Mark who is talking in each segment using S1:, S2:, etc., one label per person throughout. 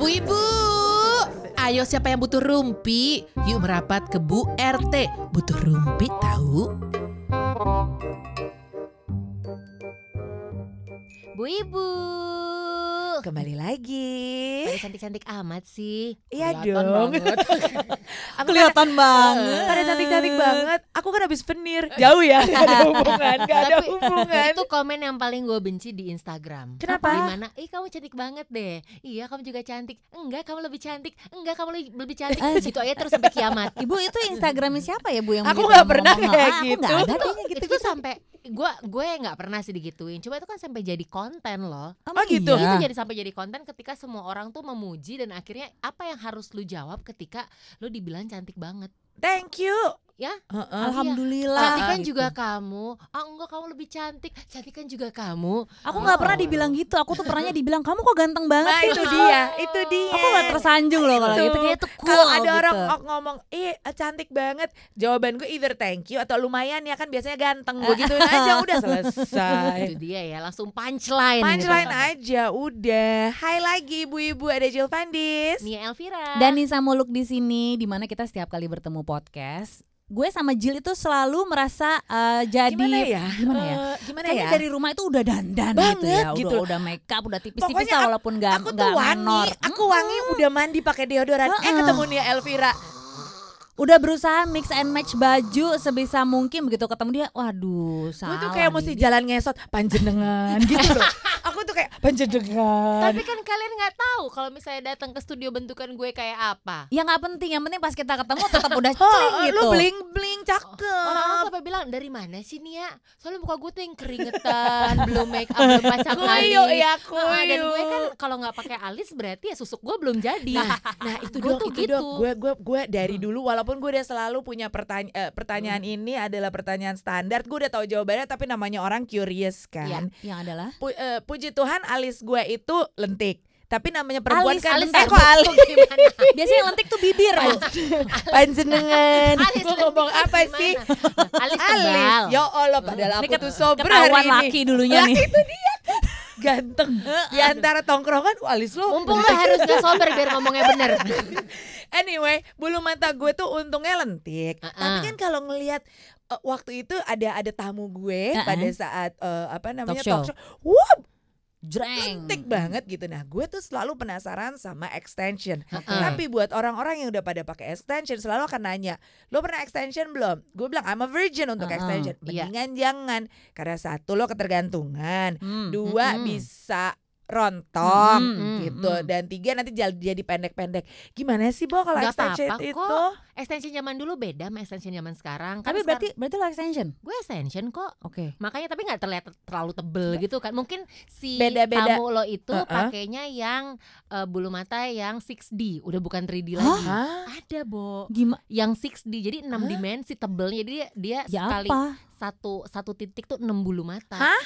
S1: Bu Ibu, ayo siapa yang butuh rumpi? Yuk merapat ke Bu RT. Butuh rumpi tahu?
S2: Bu Ibu.
S3: Kembali lagi.
S2: Pada cantik-cantik amat sih.
S3: Iya
S1: Kelihatan
S3: dong.
S1: banget.
S3: Aku kan-
S1: Kelihatan banget.
S3: pada cantik-cantik banget. Aku kan habis penir. Jauh ya, gak ada hubungan, gak ada
S2: Tapi-
S3: hubungan.
S2: Itu komen yang paling gue benci di Instagram.
S3: Kenapa?
S2: Gimana? Ih kamu cantik banget deh. Iya kamu juga cantik. Enggak kamu lebih cantik. Enggak kamu lebih, lebih cantik.
S4: Ah,
S2: gitu aja terus sampai kiamat.
S4: Ibu itu Instagramnya siapa ya Bu yang
S3: Aku
S4: begitu
S3: nggak pernah
S4: ngomong-ngomong?
S3: kayak
S4: Ah, Aku nggak
S3: gitu.
S4: ada kayaknya
S2: itu
S4: gitu.
S2: tuh sampai gue gue nggak pernah sih digituin. Cuma itu kan sampai jadi konten loh.
S3: Oh, gitu.
S2: Itu
S4: Iya.
S2: jadi sampai jadi konten ketika semua orang tuh memuji dan akhirnya apa yang harus lu jawab ketika lu dibilang cantik banget.
S3: Thank you.
S2: Ya.
S3: Heeh.
S4: Alhamdulillah.
S2: Cantik kan
S4: gitu.
S2: juga kamu. Ah enggak kamu lebih cantik. Cantik kan juga kamu.
S4: Aku nggak pernah dibilang gitu. Aku tuh pernahnya dibilang kamu kok ganteng banget
S3: Nah,
S4: sih.
S3: itu dia, itu dia.
S4: Aku nggak tersanjung loh kalau
S3: Itu.
S4: gitu. Kayak itu cool.
S3: Kalau ada
S4: gitu.
S3: orang ok- ngomong, "Ih, cantik banget." Jawaban gue either thank you atau lumayan ya kan biasanya ganteng. Gue gituin aja udah selesai.
S2: Itu dia ya, langsung punchline.
S3: Punchline
S2: gitu.
S3: aja udah. Hai lagi ibu-ibu ada Jill Pandis.
S2: Nia Elvira.
S4: Dan Nisa Muluk di sini, di mana kita setiap kali bertemu podcast, gue sama Jill itu selalu merasa eh, jadi
S3: Gimana ya?
S4: Gimana ya?
S3: Eh, gimana
S1: Kan
S4: Kayaknya
S3: ya?
S4: dari rumah itu udah dandan gitu
S3: Banget
S4: ya, udah,
S3: gitu.
S4: udah make up, udah tipis-tipis
S3: Pokoknya
S4: lah walaupun nggak
S3: aku tuh
S4: nggak
S3: wangi,
S4: menor.
S3: aku wangi udah mandi pakai deodoran. Eh
S4: Heeh.
S3: ketemu Nia Elvira.
S4: Udah berusaha mix and match baju sebisa mungkin begitu ketemu dia, waduh,
S3: Gue
S4: salah.
S3: tuh kayak
S4: nih.
S3: mesti jalan ngesot panjenengan gitu loh. Aku tuh kayak panjenengan.
S2: Tapi kan kalian nggak tahu kalau misalnya datang ke studio bentukan gue kayak apa.
S4: Ya nggak penting, yang penting pas kita ketemu tetap udah
S3: Oh,
S4: cling gitu.
S3: lu bling-bling
S2: Orang-orang
S3: cakep.
S2: tuh sampai bilang dari mana sih Nia? Soalnya muka gue tuh yang keringetan, belum make up, belum pasang alis.
S3: Kuyuk ya,
S2: Ah, dan
S3: kuyuk.
S2: gue kan kalau nggak pakai alis berarti ya susuk gue belum jadi.
S3: Nah, nah itu
S2: Gua
S3: dong,
S2: tuh
S3: itu
S2: gitu.
S3: dong. Gue gue gue dari dulu walaupun gue udah selalu punya pertanya- eh, pertanyaan ini adalah pertanyaan standar. Gue udah tahu jawabannya tapi namanya orang curious kan.
S4: Ya, yang adalah
S3: Pu- eh, puji Tuhan alis gue itu lentik. Tapi namanya perempuan
S4: Alis,
S3: kan
S4: alis,
S3: eh,
S4: alis.
S3: kok alis
S2: Gimana?
S4: biasanya yang lentik tuh bibir, Bu.
S3: panjenengan.
S2: Alis
S3: Gue ngomong
S2: lentik
S3: apa
S2: gimana?
S3: sih?
S2: Alis tebal.
S3: Alis, ya Allah padahal
S4: Ini
S3: aku tuh sober
S4: Ketahuan
S3: hari
S4: laki
S3: ini.
S4: dulunya
S3: Laki
S4: nih.
S3: Ganteng. Di antara tongkrongan "Wah, alis lo.
S2: Mumpung lo harus nggak sober biar ngomongnya bener.
S3: Anyway, bulu mata gue tuh untungnya lentik.
S2: Uh-uh.
S3: Tapi kan kalau ngelihat eh, waktu itu ada ada tamu gue
S4: Uh-uh.
S3: pada saat eh, apa namanya
S4: Talk show.
S3: talk show. Wah,
S4: Jreng.
S3: lentik banget gitu. Nah, gue tuh selalu penasaran sama extension.
S2: Heeh.
S3: Tapi buat orang-orang yang udah pada pakai extension selalu akan nanya, "Lo pernah extension belum?" Gue bilang, "I'm a virgin untuk
S4: Uh-uh.
S3: extension."
S2: Iya.
S3: Mendingan jangan karena satu lo ketergantungan,
S4: Hmm.
S3: dua
S2: Mm-mm.
S3: bisa rontong
S4: Mm-mm.
S3: gitu
S4: Mm-mm.
S3: dan tiga nanti jal- jadi pendek-pendek gimana sih Bo kalau
S2: Nggak
S3: extension
S2: apa-apa
S3: itu
S2: kok. Extension zaman dulu beda sama extension zaman sekarang. Kan
S4: Tapi berarti berarti lo extension.
S2: sekarang gue extension kok.
S4: Oke.
S2: Makanya tapi nggak terlihat terlalu tebel gitu kan. Mungkin si
S3: Beda-beda.
S2: tamu lo itu
S3: Uh-uh.
S2: pakainya yang eh, bulu mata yang 6D, udah bukan 3D lagi.
S3: Hah?
S2: Ada, Bo.
S3: Oh,
S4: Gimana?
S2: Yang 6D. Jadi 6
S3: Hah?
S2: dimensi tebelnya jadi dia dia
S4: Ya
S2: sekali
S4: apa?
S2: satu satu titik tuh 6 bulu mata.
S3: Hah?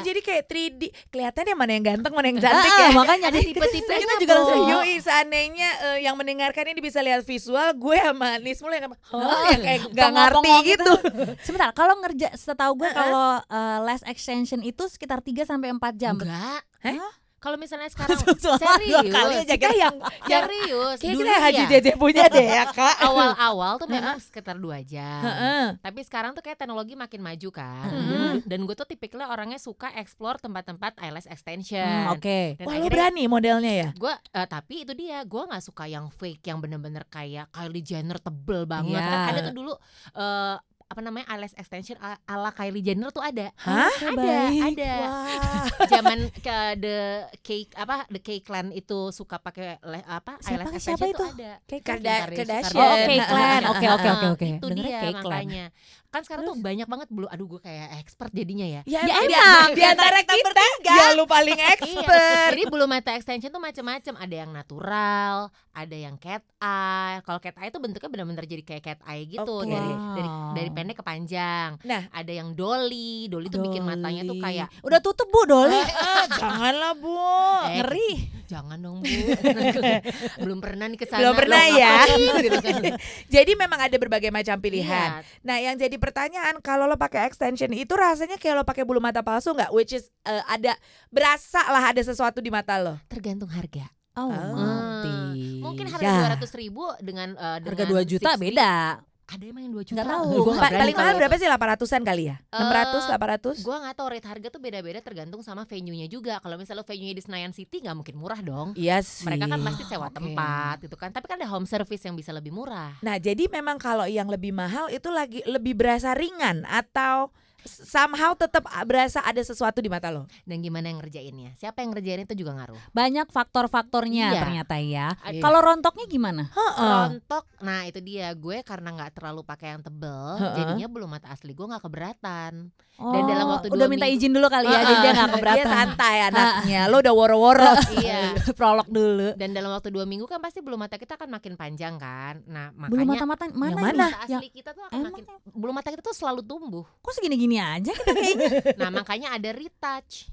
S3: Oh jadi kayak 3D kelihatannya mana yang ganteng mana yang cantik
S4: Cantik
S3: ya
S4: Ah,
S3: kan
S4: makanya
S2: Ada gitu tipe-tipenya,
S4: Kita juga
S2: Bo.
S4: langsung yuk.
S3: Yoi seandainya eh, yang mendengarkan ini bisa lihat visual gue sama Nismul yang apa oh, yang kayak nggak ngerti
S4: ngomong
S3: gitu
S4: Sebentar, kalau ngerja setahu gue kalau uh, les extension itu sekitar 3 sampai 4 jam.
S2: Enggak.
S3: Hah?
S2: Hah? Kalau misalnya sekarang
S4: Selama dua kali
S2: serius,
S4: aja
S3: kita yang yang
S2: serius.
S3: kayak
S2: Dulu
S3: kita Haji
S2: ya, Oh.
S3: Jeje punya deh ya kak
S2: awal-awal tuh memang sekitar dua jam.
S3: Heeh.
S2: Tapi sekarang tuh kayak teknologi makin maju kan.
S3: Heeh.
S2: Dan gue tuh tipikalnya orangnya suka explore tempat-tempat eyelash extension.
S4: Hmm,
S2: Dan
S4: Oke.
S3: wah lo
S2: akhirnya
S3: berani modelnya ya
S2: gue tapi itu dia gue nggak suka yang fake yang bener-bener kayak Kylie Jenner tebel banget
S4: Iya.
S2: kan ada tuh dulu eh, apa namanya eyelash extension a- ala Kylie Jenner tuh ada
S3: Hah?
S2: ada
S4: Baik.
S2: ada
S3: Wah.
S2: zaman ke the cake apa the cake clan itu suka pakai le- apa eyelash
S4: Siapa- siapa
S2: extension
S4: itu?
S2: tuh ada
S3: Karda-
S2: Kim
S3: Kardashian.
S4: Oh, oke,
S3: Kardashian.
S4: clan. Oke, oke, oke, oke.
S2: Iya, Itu
S4: Dengernya
S2: dia
S4: kayak clan.
S2: makanya. Kan sekarang tuh banyak banget belum aduh gue kayak expert jadinya ya.
S3: Ya,
S4: Ya,
S3: emang di-
S4: enak.
S3: di antara kita ya lu paling
S2: Iya.
S3: expert
S2: Jadi bulu mata extension tuh macam-macam, ada yang natural, ada yang cat eye. Kalau cat eye itu bentuknya benar-benar jadi kayak cat eye gitu,
S3: Oke.
S2: dari dari
S4: Wow.
S2: dari pendek ke panjang.
S3: Nah.
S2: ada yang dolly, dolly tuh bikin matanya tuh
S4: Dolly.
S2: kayak
S4: Udah tutup Bu Doli.
S3: Eh, eh, janganlah bu
S2: Eh,
S4: Ngeri.
S2: jangan dong bu belum pernah nih kesana
S3: Belum pernah
S2: loh,
S3: ya.
S2: ngapain gitu kan.
S3: Jadi memang ada berbagai macam pilihan.
S2: Iya.
S3: Nah, yang jadi pertanyaan kalau lo pakai extension itu rasanya kayak lo pakai bulu mata palsu nggak? Which is eh, ada berasa lah ada sesuatu di mata lo.
S2: tergantung harga
S4: Oh, mati.
S2: mungkin
S3: Ya.
S2: harga 200.000 ribu dengan eh,
S4: harga
S2: dengan
S4: 2 juta
S2: 60.
S4: beda.
S2: ada emang yang 2 juta
S4: Nggak tahu.
S2: Gua
S3: Pa-
S2: nggak berani
S3: Oh, paling mahal
S2: kalau-
S3: berapa sih? 800-an kali ya?
S2: Eh,
S3: 600, 800?
S2: Gua nggak tahu rate harga tuh beda-beda tergantung sama venue-nya juga. Kalau misalnya venue-nya di Senayan City nggak mungkin murah dong.
S3: Iya sih.
S2: Mereka kan pasti sewa
S4: Oke.
S2: tempat gitu kan. Tapi kan ada home service yang bisa lebih murah.
S3: Nah, jadi memang kalau yang lebih mahal itu lagi lebih berasa ringan atau s- somehow tetap a- berasa ada sesuatu di mata lo.
S2: Dan gimana yang ngerjainnya? Siapa yang ngerjain itu juga ngaruh.
S4: Banyak faktor-faktornya
S2: Iya.
S4: ternyata ya.
S2: Ada-
S4: Kalau rontoknya gimana?
S3: Heeh.
S2: Rontok, nah itu dia gue karena nggak terlalu pakai yang tebel,
S3: Heeh.
S2: jadinya belum mata asli gue nggak keberatan. Dan dalam waktu
S4: Oh, udah
S2: dua
S4: minta
S2: minggu-
S4: izin dulu kali ya, jadi dia nggak
S3: Dia
S4: keberatan.
S3: Iya, santai anaknya. Lo udah woro-woro.
S2: iya.
S4: Prolog dulu.
S2: Dan dalam waktu dua minggu kan pasti belum mata kita akan makin panjang kan. Nah
S4: Belum
S2: makanya
S4: mata-mata mana?
S3: Yang
S4: nih?
S2: mata
S4: Yang-
S2: asli kita tuh akan
S4: Emang
S2: makin belum mata kita tuh selalu tumbuh.
S4: kok segini-gini aja?
S2: Nah makanya ada retouch.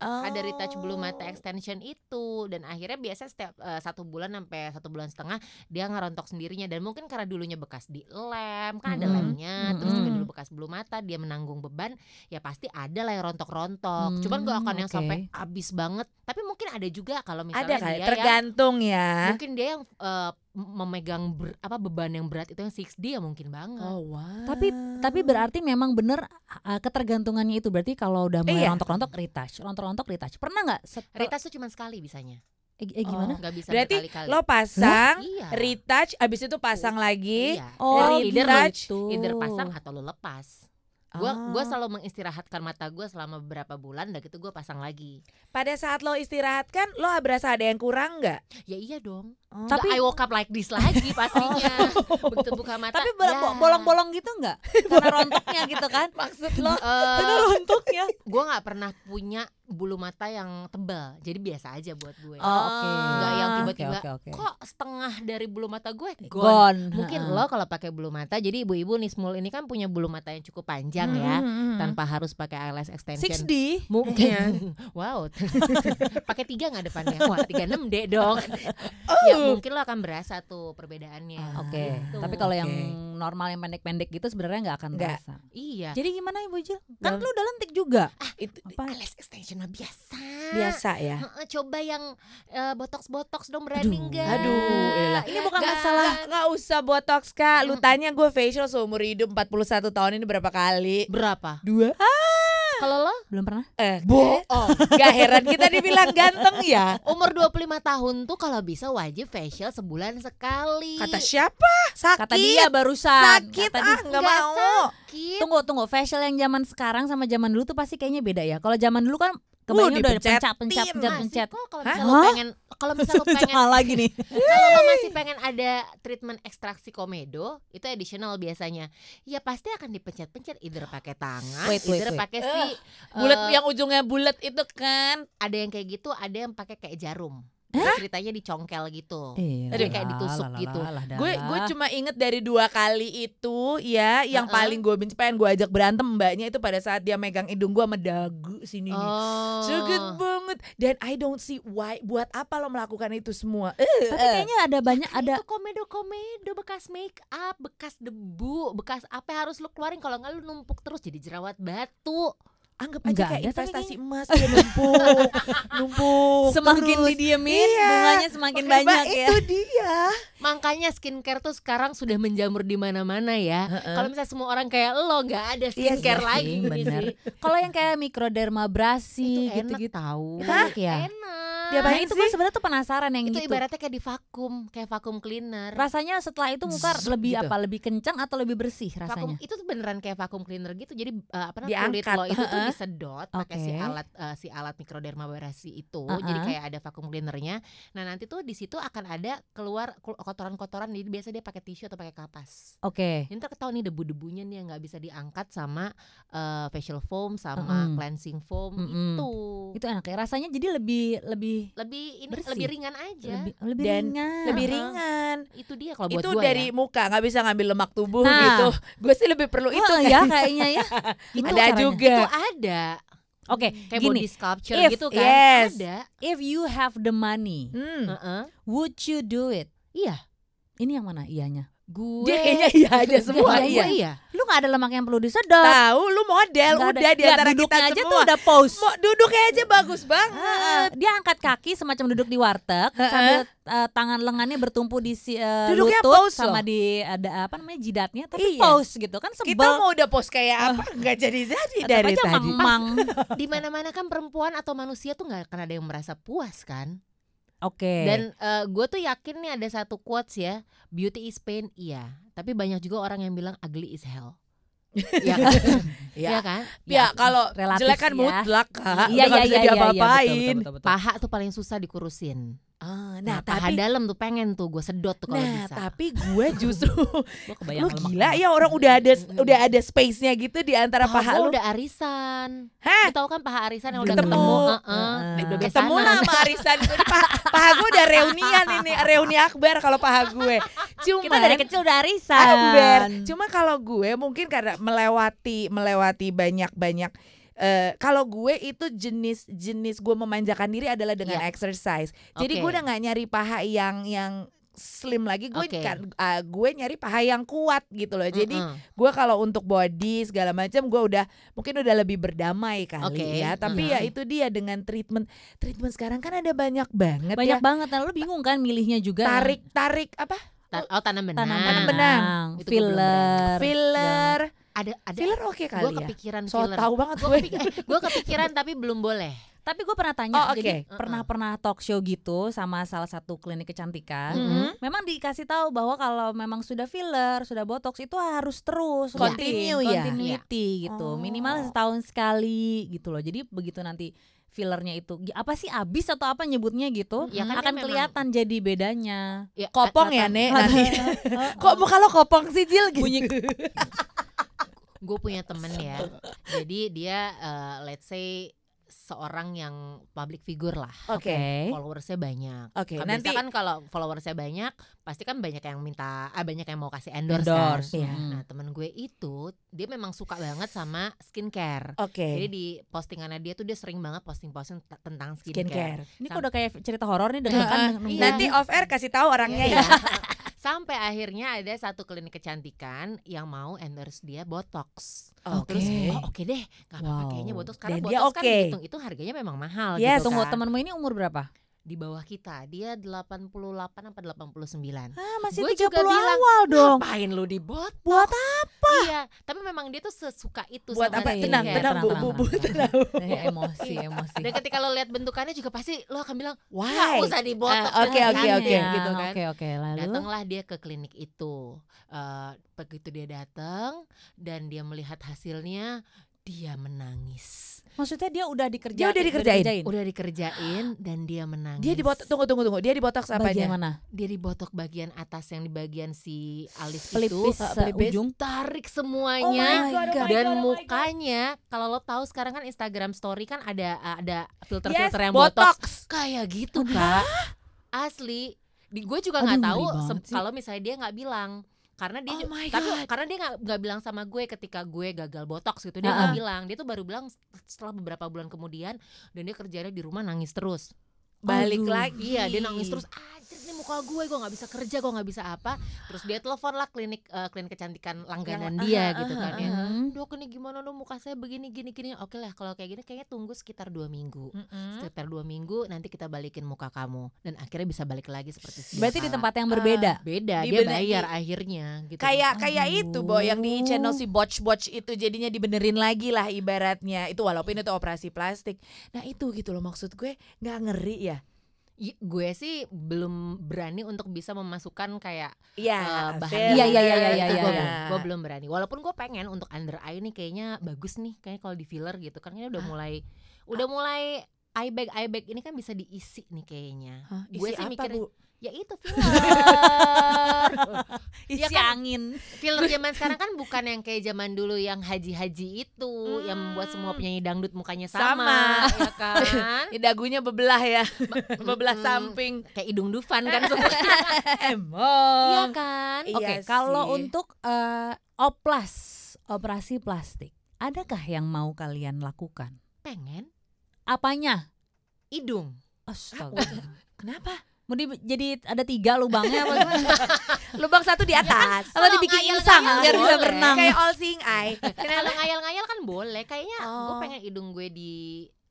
S2: ada
S3: Oh.
S2: retouch belum mata extension itu dan akhirnya biasa setiap eh, satu bulan sampai satu bulan setengah dia ngerontok sendirinya dan mungkin karena dulunya bekas di lem kan ada
S4: Mm-mm.
S2: lemnya terus juga
S4: Mm-mm.
S2: dulu bekas belum mata dia menanggung beban ya pasti ada lah yang rontok-rontok cuman gue
S4: Hmm,
S2: akan yang
S4: oke.
S2: sampai abis banget tapi mungkin ada juga kalau
S3: Ada kali.
S2: misalnya dia yang
S3: Tergantung ya.
S2: mungkin dia yang eh, memegang ber- apa beban yang berat itu yang 6D ya mungkin banget
S3: Oh. wow.
S4: Tapi- Tapi berarti memang bener uh, ketergantungannya itu berarti kalau udah mulai
S3: Iya.
S4: rontok-rontok retouch, rontok-rontok retouch. Pernah nggak? set-
S2: retouch tuh cuma sekali bisanya
S4: eh, eh, gimana?
S2: nggak bisa
S3: Berarti
S2: berkali-kali
S3: lo pasang,
S2: iya
S3: retouch, abis itu pasang lagi.
S2: iya.
S3: Oh,
S2: Dari leader lo
S3: retouch.
S4: gitu.
S2: either pasang atau lu lepas. Gua
S3: Ah.
S2: gua selalu mengistirahatkan mata gua selama beberapa bulan dan gitu gua pasang lagi.
S3: Pada saat lo istirahat kan, lo berasa ada yang kurang nggak?
S2: Ya iya dong.
S4: Tapi-
S2: Tapi I woke up like this lagi pastinya. Begitu buka mata.
S4: Tapi bol-
S2: ya.
S4: bolong-bolong gitu nggak? Karena rontoknya gitu kan? Maksud lo?
S2: Eh,
S4: Karena rontoknya.
S2: gua nggak pernah punya bulu mata yang tebal. Jadi biasa aja buat gue.
S4: oke.
S2: Nggak yang tiba-tiba,
S4: Ah, Oke, oke, oke.
S2: Kok setengah dari bulu mata gue gone.
S4: Gone.
S2: Mungkin
S4: Ha-ha.
S2: lo kalau pakai bulu mata, jadi ibu-ibu nih small ini kan punya bulu mata yang cukup panjang ya,
S3: Hmm,
S2: tanpa harus pakai eyelash extension.
S3: 6D.
S2: Mungkin. wow. Pakai tiga nggak depannya? Wah, tiga enam deh dong.
S3: Oh.
S2: Ya mungkin lo akan berasa tuh perbedaannya.
S3: Ah,
S4: Oke.
S2: Gitu.
S4: Tapi kalau yang
S3: Oke.
S4: normal yang pendek-pendek gitu sebenarnya nggak akan
S3: Nggak.
S4: terasa.
S2: iya.
S4: Jadi gimana Ibu Jil?
S3: Dalam-
S4: Kan lu udah lentik juga.
S3: Itu
S4: Apa?
S2: Eyelash extension mah biasa.
S3: biasa ya.
S2: Heeh, Coba yang eh, botox-botox dong berani
S4: Aduh.
S2: nggak?
S3: Aduh, elah.
S2: Ini bukan
S3: Nggak,
S2: masalah.
S3: nggak, nggak usah botox kak Lu tanya gue facial seumur hidup 41 tahun ini berapa kali
S2: Berapa?
S3: Dua
S2: Kalau lo
S4: Belum pernah?
S3: eh,
S2: oh.
S3: bohong Gak heran kita dibilang ganteng ya
S2: umur 25 tahun tuh kalau bisa wajib facial sebulan sekali.
S3: Kata siapa? Sakit
S4: Kata dia barusan.
S3: Sakit
S4: Kata dia.
S3: ah gak
S2: Nggak
S3: mau
S2: Sakit.
S4: Tunggu, tunggu. Facial yang zaman sekarang sama zaman dulu tuh pasti kayaknya beda ya. Kalau zaman dulu kan kebanyakan udah
S3: dipencetin,
S4: pencet, pencet, pencet,
S2: Masih
S4: pencet.
S2: kok kalau
S3: Hah?
S2: misalnya lo pengen kalau misalnya lo pengen
S4: lagi nih.
S2: Kalau lo masih pengen ada treatment ekstraksi komedo, itu additional biasanya. Ya pasti akan dipencet-pencet either pakai tangan,
S4: Wait, wait,
S2: either
S4: wait.
S2: pakai si
S3: Bulet
S2: eh,
S3: yang ujungnya bulat itu kan
S2: ada yang kayak gitu, ada yang pakai kayak jarum. Ceritanya dicongkel gitu.
S4: Iya,
S2: Jadi kayak ditusuk gitu.
S3: Gue gue cuma inget dari dua kali itu ya Yang
S2: Heeh.
S3: paling gue benci pengen gue ajak berantem mbaknya itu pada saat dia megang hidung gue medagu sini nih
S2: Oh.
S3: Suget banget Dan I don't see why Buat apa lo melakukan itu semua Eh,
S4: Tapi kayaknya ada banyak ada
S2: Itu komedo-komedo bekas make up, bekas debu, bekas apa yang harus lu keluarin kalau nggak lu numpuk terus jadi jerawat batu.
S3: Anggap aja
S4: Nggak
S3: kayak
S4: ada, tapi
S3: investasi emas Dia numpuk Numpuk
S4: semakin
S3: terus.
S4: didiemin
S3: Iya.
S4: bunganya semakin
S3: Makanya,
S4: banyak
S3: Mbak,
S4: ya.
S3: Itu dia
S2: Makanya skincare tuh sekarang sudah menjamur di mana-mana ya. Kalau misalnya semua orang kayak lo nggak ada
S4: Iya sih,
S2: skincare lagi
S4: bener.
S2: sih.
S4: Kalau yang kayak mikrodermabrasi
S2: itu enak
S4: gitu-gitu.
S2: tahu.
S4: Itu enak ya?
S2: Enak.
S3: Dia
S4: Nah,
S3: Apaan
S4: itu gue
S3: sih?
S4: sebenarnya tuh penasaran yang
S2: itu
S4: gitu.
S2: ibaratnya kayak di vakum, kayak vakum cleaner.
S4: Rasanya setelah itu muka
S3: Zzz,
S4: lebih
S3: gitu.
S4: apa? Lebih kencang atau lebih bersih
S2: Vakum
S4: rasanya?
S2: itu tuh beneran kayak vakum cleaner gitu. Jadi eh, apa namanya kulit
S3: Diangkat,
S2: lo itu tuh
S3: heeh.
S2: disedot pakai si
S4: Oke.
S2: alat eh, si alat mikrodermabrasi itu.
S4: Heeh.
S2: Jadi kayak ada vakum cleanernya. Nah, nanti tuh di situ akan ada keluar kul- kotoran-kotoran. Jadi biasa dia pakai tisu atau pakai kapas.
S4: Oke.
S2: Ini ntar ketahuan nih debu-debunya nih yang nggak bisa diangkat sama eh, facial foam sama
S4: Mm-mm.
S2: cleansing foam
S4: Mm-mm.
S2: itu.
S4: Itu enak ya. Rasanya jadi lebih lebih
S2: Lebih ini
S4: Bersih.
S2: lebih ringan aja.
S4: lebih lebih
S3: Dan
S4: ringan.
S3: Lebih
S2: Heeh.
S3: ringan
S2: Itu dia kalau buat
S3: Itu
S2: gua
S3: dari
S2: ya.
S3: muka nggak bisa ngambil lemak tubuh
S4: Nah. kan.
S3: gitu Gue sih lebih perlu itu
S4: Wah, ya kayaknya ya. Itu
S3: Ada
S4: caranya.
S3: juga
S2: Itu ada.
S4: Oke,
S2: Kayak
S4: gini.
S2: body sculpture
S4: if-
S2: gitu kan.
S3: yes.
S2: Ada.
S4: If you have the money,
S3: Hmm.
S2: Heeh.
S4: would you do it?
S2: Iya.
S4: Ini yang mana iyanya?
S2: Gue
S3: Dia kayaknya iya aja semua.
S2: Gue
S4: Iya.
S2: iya.
S4: Lu nggak ada lemak yang perlu disedot.
S3: Tahu lu model
S4: Nggak ada-
S3: udah di
S4: nggak,
S3: antara kita
S4: duduknya aja tuh
S3: semua.
S4: udah pose.
S3: Mau duduknya aja bagus banget.
S4: Ah, dia angkat kaki semacam duduk di warteg
S3: Heeh.
S4: sambil eh, tangan lengannya bertumpu di si, eh,
S3: Duduknya
S4: lutut
S3: pose
S4: sama
S3: loh.
S4: di ada apa namanya jidatnya tapi
S3: Iya.
S4: pose gitu kan sebel
S3: Kita mau udah pos kayak apa nggak jadi-jadi
S4: Tetap
S3: dari
S4: Ah. aja
S3: tadi.
S4: mang-mang.
S2: Di mana-mana kan perempuan atau manusia tuh nggak akan ada yang merasa puas kan.
S4: Oke.
S2: Dan gue tuh yakin nih ada satu quotes ya, beauty is pain iya, tapi banyak juga orang yang bilang ugly is hell. Iya kan? Iya
S3: Ya,
S2: kan?
S3: ya kalau
S4: relatif
S3: jelek kan
S4: ya.
S3: mutlak kak. Udah
S4: Iya,
S3: nggak
S4: iya,
S3: bisa
S4: iya, iya, iya,
S3: diapa-apain.
S4: betul, betul, betul, betul.
S2: Paha tuh paling susah dikurusin.
S3: Ah,
S2: Nah, paha dalam tuh pengen tuh gue sedot tuh kalau
S3: nah
S2: bisa.
S3: tapi gue justru
S4: Gua kebayang
S3: lu
S4: lemak
S3: gila
S4: banget.
S3: ya orang udah ada
S2: Mm-mm.
S3: udah ada space-nya gitu di antara
S2: Paha,
S3: paha
S2: gua
S3: lu. Eh,
S2: udah arisan.
S3: Hah?
S2: Lu tau kan paha arisan yang udah
S4: Ketemu.
S2: ketemu, heeh.
S4: Heeh.
S2: udah biasa.
S3: ketemu lah sama arisan gue Ini paha, paha gue udah reunian ini reuni akbar kalau paha gue cuman
S4: kita dari kecil udah arisan.
S3: akbar cuma kalau gue mungkin karena melewati melewati banyak banyak eh kalau gue itu jenis jenis gue memanjakan diri adalah dengan exercise jadi
S2: Iya. Oke.
S3: gue udah nggak nyari paha yang yang slim lagi gue
S2: Oke.
S3: kan ah, gue nyari paha yang kuat gitu loh jadi
S2: Mm-mm.
S3: gue kalau untuk body segala macam gue udah mungkin udah lebih berdamai kali
S2: Oke,
S3: ya tapi
S2: iya.
S3: ya itu dia dengan treatment treatment sekarang kan ada banyak banget ya
S4: banyak banget. Nah, lu bingung kan milihnya juga.
S3: tarik Nah, tarik apa
S2: Ta- oh tanam benang.
S4: tanam
S3: Tanam benang.
S4: benang,
S2: Itu gua belum
S4: filler.
S3: filler
S2: Ada ada
S3: filler oke
S2: gue
S3: kali ya
S2: kepikiran
S3: so
S2: filler.
S3: tahu banget
S2: Gue
S3: gue
S2: kepikiran tapi belum boleh.
S4: Tapi gue pernah tanya,
S3: Oh, oke.
S4: jadi
S2: Heeh.
S4: pernah pernah talk show gitu sama salah satu klinik kecantikan.
S3: Mhm.
S4: Memang dikasih tahu bahwa kalau memang sudah filler, sudah botox itu harus terus rutin,
S3: Continue ya?
S4: continuity
S3: Oh.
S4: gitu. Minimal setahun sekali gitu loh. Jadi begitu nanti fillernya itu gi- apa sih abis atau apa nyebutnya gitu,
S3: Iya,
S2: Ya kan dia
S4: akan
S2: memang-
S4: kelihatan jadi bedanya.
S2: Ya,
S3: kopong ya nek nanti kok muka lo kopong sih Jil gitu
S4: Bunyi-
S2: gue punya temen ya jadi dia eh, let's say seorang yang public figure lah
S3: oke
S2: followersnya banyak
S3: oke
S2: Kan
S3: nanti
S2: biasa kan kalau followersnya banyak pasti kan banyak yang minta ah, banyak yang mau kasih endorse,
S4: Endorse.
S2: kan
S3: Iya.
S4: Mm.
S2: nah temen gue itu dia memang suka banget sama skincare
S3: oke
S2: jadi di postingannya dia tuh dia sering banget posting-posting t- tentang skincare,
S3: skincare
S4: Ini kok udah kayak cerita horor nih deg-degan
S2: Iya.
S4: nunggu. gitu
S3: Iya. nanti off air kasih tahu orangnya ya
S2: Iya. sampai akhirnya ada satu klinik kecantikan yang mau endorse dia botox
S3: oke
S2: Terus oh, oke deh, gak apa-apa
S4: Wow.
S2: kayaknya botox karena
S3: Dan dia
S2: botox kan
S3: oke. Iya,
S2: dihitung itu harganya memang mahal
S3: Yes.
S2: gitu
S4: iya, Tunggu
S2: kan.
S4: temanmu ini umur berapa?
S2: Di bawah kita dia 88 apa 89.
S4: Ah, masih
S2: Gua
S4: 30
S2: juga bilang,
S4: awal dong.
S2: Ngapain lu di botox?
S4: Buat
S2: Iya, tapi memang dia tuh sesuka itu
S3: buat
S2: sama
S3: apa
S2: skincare.
S3: tenang
S4: Iya,
S3: tenang bu
S4: tenang,
S3: bu bu tenang
S4: Eh, emosi, emosi.
S2: Dan ketika lo lihat bentukannya juga pasti lo akan bilang, "Enggak
S3: why
S2: usah di botox."
S3: Ah, oke,
S2: kan,
S3: oke, oke.
S2: ya, gitu kan.
S4: Oke, oke. Lalu
S2: Datanglah dia ke klinik itu. Eh, begitu dia datang dan dia melihat hasilnya, dia menangis.
S4: maksudnya dia udah dikerjain.
S3: Dia udah dikerjain?
S2: Udah dikerjain dan dia menangis.
S3: dia di botok tunggu tunggu tunggu dia di botok
S4: Bagian
S3: apanya
S4: mana?
S2: Dia dibotok bagian atas yang di bagian si alis itu.
S4: Pelipis
S3: eh,
S4: eh,
S3: pelipis.
S4: ujung.
S2: Tarik
S3: Oh
S2: semuanya.
S3: my God,
S4: Iya,
S3: oh my God,
S2: dan
S3: oh my God.
S2: mukanya kalau lo tahu sekarang kan Instagram story kan ada ada filter-filter
S3: Yes,
S2: yang botox.
S3: botox.
S2: Kayak gitu, Kak. Asli. Di gue juga
S4: Aduh,
S2: nggak
S4: ngeri
S2: tahu
S4: banget
S2: se-
S4: sih.
S2: kalau misalnya dia nggak bilang karena dia
S3: Oh
S2: ju-
S3: my
S2: tapi
S3: God.
S2: karena dia nggak nggak bilang sama gue ketika gue gagal botox gitu dia nggak bilang dia tuh baru bilang setelah beberapa bulan kemudian dan dia kerjanya di rumah nangis terus
S3: balik
S4: Aduh.
S3: lagi
S2: Iya dia nangis terus anjir nih muka gue gue nggak bisa kerja gue nggak bisa apa terus dia telepon lah klinik eh, klinik kecantikan langganan
S3: Yang-
S2: dia
S3: aha,
S2: gitu kan ya
S4: Mhm.
S2: dok ini gimana dong muka saya begini gini gini oke lah kalau kayak gini kayaknya tunggu sekitar dua minggu
S4: Hmm?
S3: Mm-mm.
S2: sekitar dua minggu nanti kita balikin muka kamu dan akhirnya bisa balik lagi seperti sedia
S4: Berarti di
S2: kala.
S4: tempat yang berbeda.
S2: beda
S3: Di
S2: dia
S3: bener-
S2: bayar
S3: di-
S2: akhirnya gitu
S3: kayak kayak itu boy yang di
S4: Aduh.
S3: channel si botch botch itu jadinya dibenerin lagi lah ibaratnya itu walaupun itu operasi plastik nah itu gitu loh maksud gue nggak ngeri ya
S2: Y- gue sih belum berani untuk bisa memasukkan kayak
S3: Iya
S2: eh, bahan
S3: fair.
S4: Iya, iya, iya, iya, iya,
S2: gue,
S4: iya.
S2: belum- gue belum berani walaupun gue pengen untuk under eye nih kayaknya bagus nih kayaknya kalau di filler gitu kan ini
S4: Ah.
S2: udah mulai udah mulai eye bag eye bag ini kan bisa diisi nih kayaknya
S3: Hah,
S2: Gue
S3: isi
S2: sih
S3: apa,
S2: mikirnya-
S3: Bu?
S2: ya itu filler Iya
S4: Isi
S2: kan?
S4: angin.
S2: filler zaman sekarang kan bukan yang kayak zaman dulu yang haji-haji itu yang membuat
S3: Mm.
S2: semua penyanyi dangdut mukanya sama, ya kan
S3: Ya, dagunya bebelah ya bebelah
S2: Mm-mm.
S3: samping
S2: kayak hidung dufan kan
S3: Eh,
S2: semua Iya
S3: emang
S2: kan
S3: Iya
S4: Oke,
S3: sih.
S4: kalau untuk eh, oplas, operasi plastik, adakah yang mau kalian lakukan?
S2: Pengen
S4: Apanya?
S2: hidung.
S4: Astaga.
S3: Kenapa?
S4: Mau di, jadi ada tiga lubangnya apa gimana?
S3: Lubang satu di atas.
S4: Apa dibikin
S2: ngayal-ngayal
S4: insang biar bisa
S2: boleh.
S4: berenang?
S3: Kayak all seeing eye.
S2: Kalau ngayal-ngayal kan boleh. Kayaknya gue
S3: Oh.
S2: pengen hidung gue di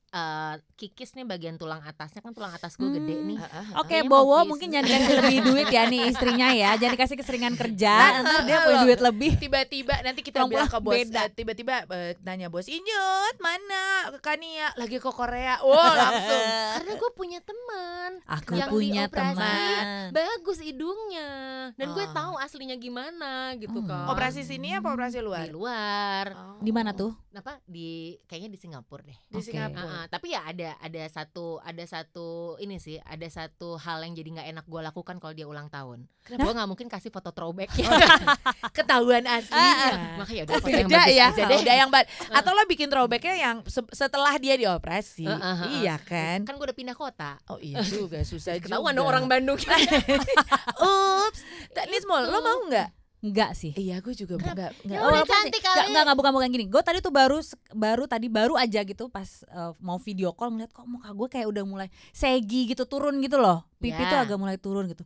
S2: eh, kikis nih bagian tulang atasnya kan tulang atas gue gede
S4: Hmm.
S2: nih.
S4: Oke,
S2: Kayaknya mau
S4: Bowo
S2: pis.
S4: mungkin jangan dikasih lebih duit ya nih istrinya ya. Jangan dikasih keseringan
S2: Nah,
S4: kerja, ntar dia punya
S3: Loh.
S4: duit lebih.
S3: Tiba-tiba nanti kita
S4: Pulang-pulang
S3: bilang ke bos,
S4: beda.
S3: eh, tiba-tiba eh, nanya bos, Inyut mana ke Kania? Lagi ke Korea. Wow langsung.
S2: Karena gue punya teman Oh,
S4: Aku
S2: Yang
S4: punya
S2: dioperasi.
S4: teman.
S2: bagus hidungnya dan gue
S3: Ah.
S2: tahu aslinya gimana gitu
S4: Oh.
S2: kan.
S3: Hmm. Operasi sini apa operasi
S2: di
S3: luar?
S2: luar.
S4: Di mana tuh?
S2: Apa di kayaknya di Singapura deh.
S3: Di
S4: Oke.
S3: Singapura.
S2: Ah, ah, tapi ya ada ada satu ada satu ini sih ada satu hal yang jadi nggak enak gue lakukan kalau dia ulang tahun.
S3: Kenapa?
S2: Gue nggak mungkin kasih foto throwback ya.
S4: Oh, iya.
S3: Ah, Ketahuan
S4: Ah,
S2: Iya,
S3: aslinya.
S2: Makanya udah foto yang
S3: Beda
S2: bagus
S3: ya,
S2: aja deh.
S3: beda yang bad. Atau lo bikin throwbacknya yang se- setelah dia dioperasi,
S4: Ah,
S2: Eh, eh, eh,
S3: iya kan?
S2: Kan gue udah pindah kota.
S3: Oh iya juga susah juga.
S2: Ketahuan dong orang Bandung.
S3: Ups, Tak, Nismol, lo mau nggak?
S4: Enggak sih.
S3: Iya, gue juga nggak nggak.
S2: Ya
S4: Oh,
S2: udah
S4: apa sih?
S2: cantik
S4: Nggak,
S2: kali.
S4: nggak, nggak, bukan bukan gini. Gue tadi tuh baru sek- baru tadi baru aja gitu pas eh, mau video call ngeliat kok muka gue kayak udah mulai segi gitu turun gitu loh. Pipi
S2: Ya.
S4: tuh agak mulai turun gitu.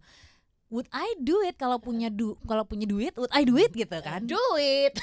S4: Would I do it kalau punya du kalau punya duit? Would I do it gitu kan?
S2: Duit.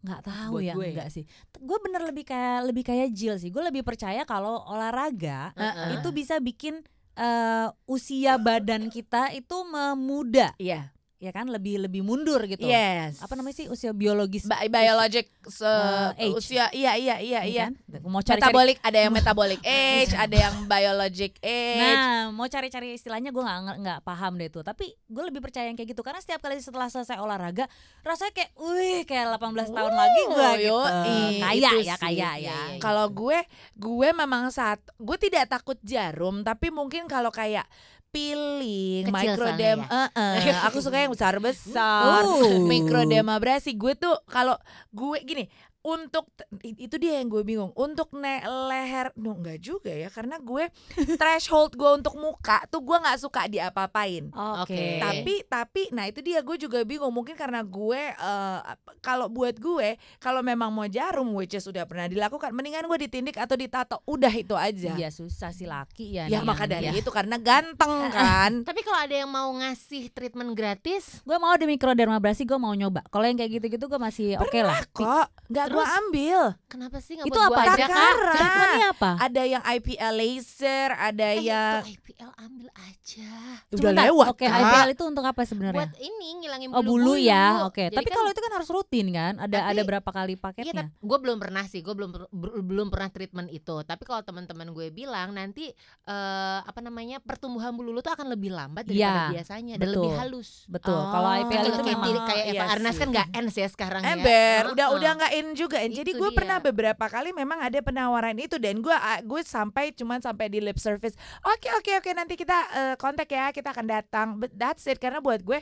S4: nggak
S3: Buat
S4: tahu ya
S3: gue.
S4: enggak sih. Gue bener lebih kayak lebih kayak Jill sih. Gue lebih percaya kalau olahraga
S3: Ah,
S2: Heeh.
S4: itu bisa bikin eh, usia badan kita itu memuda,
S3: Iya.
S4: ya kan? Lebih lebih mundur gitu.
S3: Yes.
S4: Apa namanya sih usia biologis?
S3: Bi- biologic se-
S4: Uh, age.
S3: usia iya iya iya iya.
S4: ya kan? Mau cari-cari Iya kan?
S3: Metabolic ada yang metabolic age, ada yang biologic age.
S4: Nah, mau cari-cari istilahnya gue nggak nggak paham deh itu. Tapi gue lebih percaya yang kayak gitu karena setiap kali setelah selesai olahraga, rasanya kayak, wih, kayak 18 tahun lagi gue
S3: Oh,
S4: gitu.
S3: yoi,
S4: Kaya
S3: itu
S4: ya,
S3: sih.
S4: kaya
S2: Iya,
S4: ya.
S2: iya, iya.
S3: Kalau gue gue memang saat gue tidak takut jarum, tapi mungkin kalau kayak peeling,
S2: Kecil
S3: microdem, eh, eh, aku suka yang besar besar.
S4: Oh.
S3: mikrodermabrasi gue tuh kalau gue gini untuk itu dia yang gue bingung untuk ne leher no enggak juga ya karena gue threshold gue untuk muka tuh gue nggak suka diapa-apain
S4: Oke.
S2: Oke.
S3: tapi tapi nah itu dia gue juga bingung mungkin karena gue eh, apa- kalau buat gue kalau memang mau jarum which is udah pernah dilakukan mendingan gue ditindik atau ditato udah itu aja
S4: Iya susah si laki ya.
S3: ya maka dari itu karena ganteng kan
S2: Tapi kalau ada yang mau ngasih treatment gratis,
S4: Gue mau di mikrodermabrasi, gue mau nyoba. Kalau yang kayak gitu-gitu gue masih oke lah.
S3: kok nggak gue
S2: Terus-
S3: ambil
S2: kenapa sih nggak
S4: Itu
S2: buat
S4: apa
S2: gua aja
S4: aja
S2: kan?
S4: kak?
S3: Kak?
S4: Treatmentnya apa?
S3: ada yang IPL laser ada
S2: Eh,
S4: Iya.
S3: yang
S2: itu IPL ambil aja.
S3: udah
S4: Sebentar,
S3: lewat
S4: Oke,
S3: Kak.
S4: IPL itu untuk apa sebenarnya?
S2: Buat ini ngilangin
S4: ya? Oh bulu ya, oke.
S2: Jadi
S4: Tapi
S2: kan-
S4: kalau itu kan harus rutin kan? Ada
S2: Tapi-
S4: ada berapa kali
S2: Iya,
S4: paketnya?
S2: gue belum pernah sih, gue belum per- bel- belum pernah treatment itu. Tapi kalau teman-teman gue bilang nanti eh, apa namanya pertumbuhan bulu lu tuh akan lebih lambat daripada
S4: Iya,
S2: biasanya dan
S4: betul.
S2: lebih halus.
S4: Betul. Kalau
S3: Oh.
S4: IPL
S2: Kalau
S4: itu
S2: kayak,
S4: memang
S2: di- kayak Eva
S3: iya
S2: Arnas
S3: sih.
S2: kan nggak ends ya sekarang ya.
S3: Ember, udah
S2: Heeh.
S3: udah nggak in juga. En. Jadi
S2: Itu
S3: gue
S2: dia.
S3: pernah beberapa kali memang ada penawaran itu dan gue gue sampai cuman sampai di lip service. Oke oke oke nanti kita eh, kontak ya kita akan datang. But that's it karena buat gue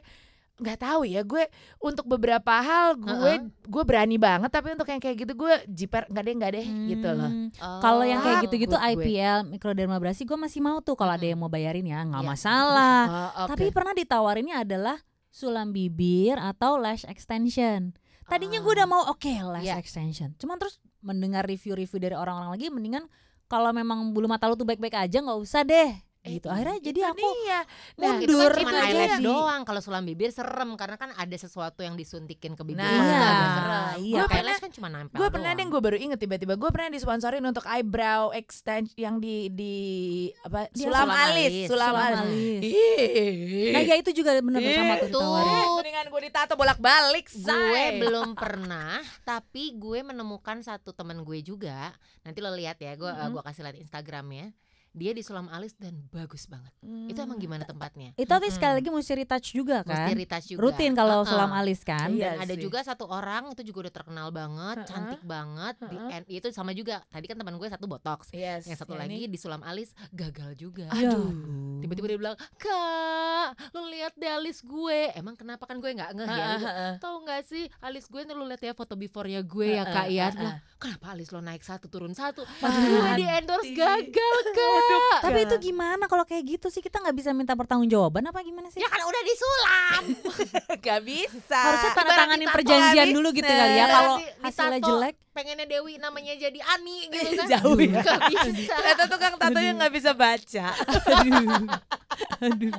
S3: nggak tahu ya gue untuk beberapa hal gue gue berani banget tapi untuk yang kayak gitu gue jiper nggak deh nggak deh gitu loh.
S4: Hmm. Kalau yang kayak
S2: Oh,
S3: Takut
S4: gitu-gitu
S3: gue.
S4: IPL mikrodermabrasi gue masih mau tuh kalau ada
S2: Mm-mm.
S4: yang mau bayarin ya nggak
S2: Iya.
S4: masalah.
S3: Oh, oke.
S4: Tapi pernah ditawarinnya adalah sulam bibir atau lash extension. Tadinya gue udah mau oke lash
S2: Ah. Iya.
S4: extension. Cuman terus mendengar review-review dari orang-orang lagi mendingan kalau memang bulu mata lu tuh baik-baik aja nggak usah deh.
S3: Eh,
S4: Gitu. Akhirnya jadi
S3: itu
S4: aku
S3: dia.
S2: iya, Nah,
S4: mundur
S2: itu kan
S4: itu
S2: cuma
S4: aja.
S2: eyelash
S4: Jadi-
S2: doang. Kalau sulam bibir serem karena kan ada sesuatu yang disuntikin ke bibir.
S3: Nah,
S2: lu,
S3: iya.
S2: agak serem.
S4: Iya.
S2: Kalau
S3: Gua
S2: eyelash kan cuma nempel.
S3: Gue pernah deh
S2: doang.
S3: gue baru inget tiba-tiba gue pernah disponsorin untuk eyebrow extension yang di di apa
S4: Dia
S3: sulam,
S2: sulam
S3: alis,
S2: alis,
S3: sulam,
S4: sulam
S3: alis.
S4: alis.
S3: Ih.
S2: Iya.
S4: Nah ya itu juga bener tuh sama tuh
S2: Itu.
S4: ditawarin.
S3: Eh, Mendingan gue ditato bolak-balik,
S2: Gue
S3: say.
S2: belum pernah, tapi gue menemukan satu temen gue juga. Nanti lo lihat ya, gue
S3: Mhm.
S2: gue kasih lihat Instagramnya. Dia di sulam alis dan bagus banget. Itu
S3: Hmm,
S2: emang gimana tempatnya?
S4: Hmm. Itu tapi sekali
S3: Mm-mm.
S4: lagi mesti retouch juga
S2: Mesti
S4: kan.
S2: retouch juga.
S4: Rutin kalau
S2: Heeh.
S4: sulam alis kan.
S3: Iya.
S2: Dan ada
S3: sih.
S2: juga satu orang itu juga udah terkenal banget,
S3: Heeh.
S2: cantik banget. Di
S3: Heeh.
S2: N- itu sama juga. Tadi kan teman gue satu botox,
S3: Yes,
S2: yang satu
S3: ya Iya.
S2: lagi
S3: nih.
S2: di sulam alis gagal juga.
S4: Aduh.
S2: Tiba-tiba dia bilang, "Kak, lu lihat deh alis gue." Emang kenapa kan gue nggak ngeh ya?
S3: Heeh,
S2: Dia
S3: heeh.
S2: Tahu nggak sih alis gue nih lu lihat ya foto before-nya gue ya
S3: Heeh,
S2: kak ya
S3: heeh,
S2: Dia bilang, Kenapa alis lo naik satu turun satu
S3: Aduh,
S2: Gue di endorse gagal kak
S4: Tapi itu gimana kalau kayak gitu sih kita nggak bisa minta pertanggungjawaban apa gimana sih?
S2: Ya kan udah disulap.
S3: Gak bisa.
S4: Harusnya tanda
S3: Ibarat
S4: tanganin
S3: ditato
S4: perjanjian
S3: habis,
S4: dulu gitu kali ya
S3: Nah,
S4: kalau
S2: Berarti
S4: hasilnya
S2: ditato.
S4: jelek.
S2: Pengennya Dewi namanya jadi Ani gitu kan.
S3: Jauh ya.
S2: Gak bisa.
S3: Ternyata tukang tato yang gak bisa baca.
S4: Aduh.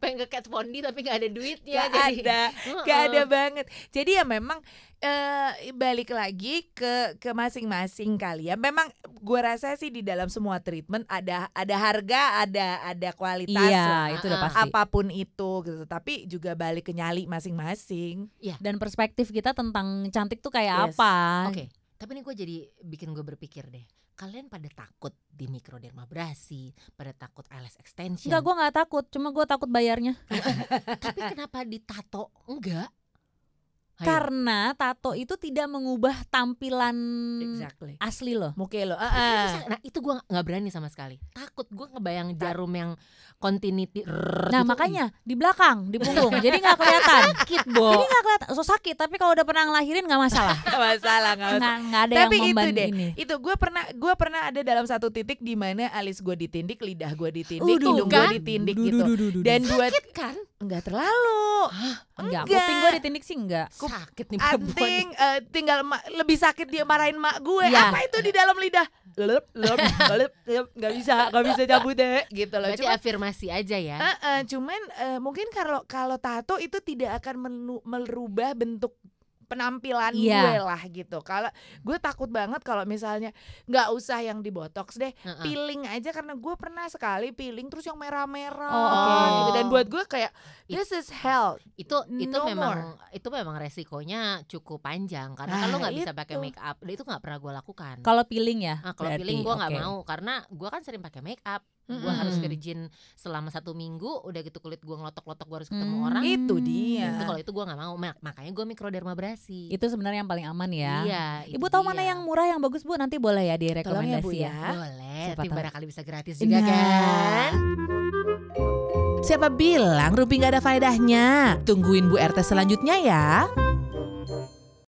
S2: Pengen ke Kat Pondi tapi gak ada duitnya.
S3: Gak
S2: Iya, jadi.
S3: ada.
S2: Heeh.
S3: Gak ada banget. Jadi ya memang eh balik lagi ke ke masing-masing kali ya. Memang gua rasa sih di dalam semua treatment ada ada harga, ada ada kualitas.
S4: Iya,
S3: lah.
S4: itu udah
S2: Ah,
S4: pasti.
S3: Apapun itu gitu. Tapi juga balik ke nyali masing-masing.
S4: Dan perspektif kita tentang cantik tuh kayak
S3: Yes.
S4: apa?
S2: Oke. Tapi ini gue jadi bikin gue berpikir deh. Kalian pada takut di mikrodermabrasi, pada takut eyelash extension.
S4: Enggak, gue nggak takut. Cuma gue takut bayarnya.
S2: Tapi kenapa ditato enggak? Ayo.
S4: Karena tato itu tidak mengubah tampilan
S3: Exactly.
S4: asli loh.
S3: Muke lo.
S2: Itu
S3: heeh.
S2: sa- Nah itu gue nggak berani sama sekali. Takut gue ngebayang jarum yang continuity. gitu.
S4: Nah makanya di belakang, di punggung, jadi nggak kelihatan. sakit, Bo. Jadi nggak kelihatan. So sakit, tapi kalau udah pernah ngelahirin nggak masalah.
S3: Gak masalah, gak masalah.
S2: Nah,
S4: Nggak nggak ada
S3: Tapi
S4: yang
S3: itu
S4: memban
S3: deh.
S4: ini.
S2: Eh.
S3: itu gue pernah gue pernah ada dalam satu titik di mana alis gue ditindik lidah gue ditindik
S2: Udah,
S3: hidung gue
S2: kan?
S3: ditindik gitu dan dua
S2: sakit kan?
S3: nggak terlalu
S4: Enggak,
S3: Enggak.
S4: kuping gue ditindik sih enggak.
S2: Sakit nih perempuan.
S3: anting eh, tinggal ma- lebih sakit dia marahin mak gue
S4: Iya.
S3: apa itu di dalam lidah lelep lelep lelep lelep nggak bisa nggak bisa cabut deh gitu loh
S2: Berarti
S3: Cuma-
S2: afirmasi aja ya.
S3: Eh, eh, cuman eh, mungkin kalau kalau tato itu tidak akan menu- merubah bentuk penampilan
S4: Iya.
S3: gue lah gitu. Kalau gue takut banget kalau misalnya nggak usah yang di botox deh,
S2: Heeh.
S4: Ah.
S3: peeling aja karena gue pernah sekali peeling terus yang merah-merah
S4: Oh, oke.
S3: gitu. dan buat gue kayak this is hell.
S2: itu itu
S3: No
S2: memang itu memang resikonya cukup panjang karena kan
S3: Nah,
S2: lo nggak bisa pakai
S3: itu.
S2: make up dan itu nggak pernah gue lakukan
S4: Kalau peeling ya.
S2: Nah, kalau
S4: berarti,
S2: peeling gue nggak
S4: oke.
S2: mau karena gue kan sering pakai make up gue
S3: Mm-mm.
S2: harus virgin selama satu minggu udah gitu kulit gue ngelotok-lotok gue harus ketemu
S4: Hmm.
S2: orang
S3: Itu dia.
S2: itu kalau itu gue nggak mau Mak- makanya gue mikrodermabrasi
S4: Itu sebenarnya yang paling aman ya.
S2: iya itu
S4: Ibu tahu mana
S2: dia.
S4: yang murah yang bagus Bu? Nanti boleh ya
S3: Tolong ya Bu
S4: direkomendasi ya.
S3: ya.
S2: boleh
S4: Siapa
S2: tapi
S4: tahu.
S2: barangkali bisa gratis juga
S4: Nah.
S2: kan
S1: Siapa bilang rumpi nggak ada faedahnya? Tungguin Bu RT selanjutnya ya.